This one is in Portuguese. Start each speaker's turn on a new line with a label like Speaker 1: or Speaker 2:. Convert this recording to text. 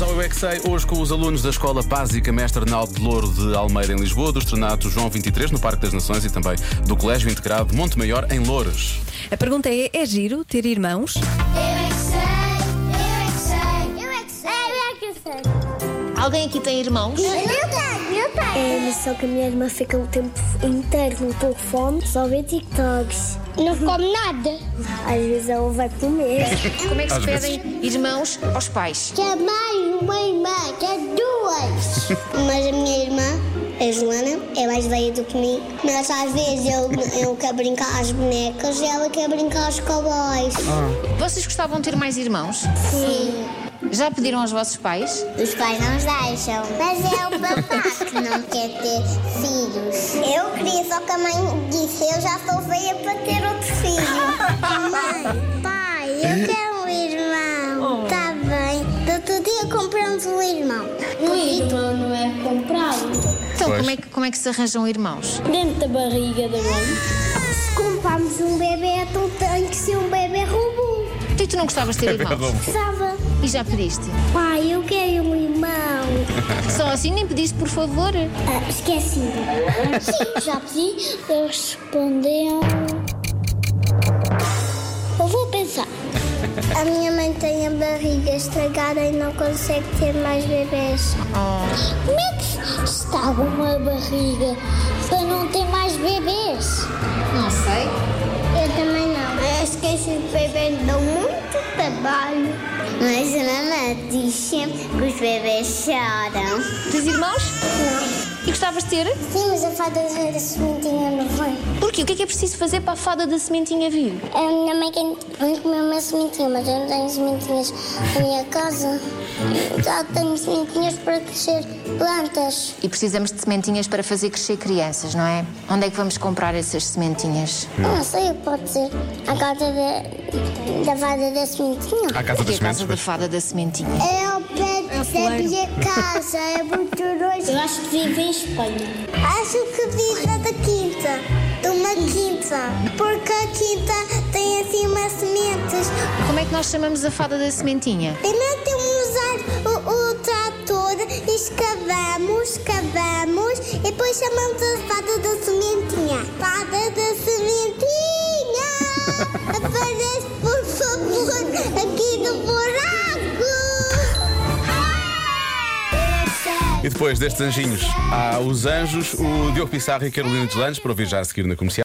Speaker 1: ao Eu é Que Sei, hoje com os alunos da Escola Básica Mestre Naldo de Louro de Almeida, em Lisboa, do Estrenato João 23, no Parque das Nações e também do Colégio Integrado Monte Maior, em Loures.
Speaker 2: A pergunta é: é giro ter irmãos?
Speaker 3: Eu é que sei, eu é que sei, eu é que sei, eu é que sei.
Speaker 4: Alguém aqui tem irmãos?
Speaker 3: Eu tenho, eu tenho.
Speaker 5: É a missão que a minha irmã fica o tempo inteiro no telefone, só vê TikToks.
Speaker 3: Não come nada.
Speaker 5: Às vezes ela vai comer.
Speaker 4: Como é que
Speaker 1: Às
Speaker 4: se pedem irmãos aos pais?
Speaker 3: Quer é mais uma irmã, quer duas. Mas a minha irmã, a Joana, é mais velha do que mim. Mas às vezes eu, eu quero brincar às bonecas e ela quer brincar aos cowboys.
Speaker 4: Vocês gostavam de ter mais irmãos?
Speaker 3: Sim.
Speaker 4: Já pediram aos vossos pais?
Speaker 3: Os pais não os deixam. Mas é o papá que não quer ter filhos. Eu queria, só que a mãe disse: Eu já sou feia para ter outro filho. mãe, pai, eu quero um irmão. Tá bem. Do outro dia compramos um irmão. Um irmão não é comprado.
Speaker 4: Então,
Speaker 1: Pois.
Speaker 4: como é, que, como é que se arranjam irmãos?
Speaker 5: Dentro da barriga da mãe.
Speaker 3: Se comprarmos um bebê, então tem que ser um bebê robô.
Speaker 4: Então, E tu não gostavas
Speaker 1: É
Speaker 4: de ter irmãos?
Speaker 3: Sabe?
Speaker 4: E já pediste?
Speaker 3: Pai, eu quero um irmão.
Speaker 4: Só assim nem pediste, por favor.
Speaker 3: Ah, esqueci. Sim, já pedi. Eles responderam. Eu vou pensar. A minha mãe tem a barriga estragada e não consegue ter mais bebês.
Speaker 4: Oh,
Speaker 3: Como é que está uma barriga para não ter mais bebês?
Speaker 4: não sei.
Speaker 3: Eu também não. Acho que esses bebês dão muito trabalho. Mas a mamãe diz sempre que os bebês choram.
Speaker 4: Tens irmãos? E gostavas de ter?
Speaker 3: Sim, mas a fada da sementinha não vem.
Speaker 4: Porquê? O que é que é preciso fazer para a fada da sementinha vir?
Speaker 3: A minha mãe quer vem comer uma sementinha, mas eu não tenho sementinhas na minha casa. Já tenho sementinhas para crescer plantas.
Speaker 4: E precisamos de sementinhas para fazer crescer crianças, não é? Onde é que vamos comprar essas sementinhas?
Speaker 3: Não sei o que pode ser. A casa da, da vada da sementinha.
Speaker 1: À Casa
Speaker 4: Aqui é
Speaker 1: das
Speaker 4: a casa da
Speaker 1: Sementes.
Speaker 4: fada da sementinha.
Speaker 3: É o pé da minha casa, é muito nojo. Eu acho que vive em Espanha. Acho que vive na da quinta, de uma quinta. Porque a quinta tem assim umas sementes.
Speaker 4: Como é que nós chamamos a fada da sementinha?
Speaker 3: Primeiro temos o, o trator, escavamos, escavamos e depois chamamos a fada da sementinha. Fada da sementinha! Aparece, por favor, aqui no buraco!
Speaker 1: E depois destes anjinhos, há os anjos, o Diogo Pissarro e a Carolina Deslandes, para ouvir já a seguir na comercial.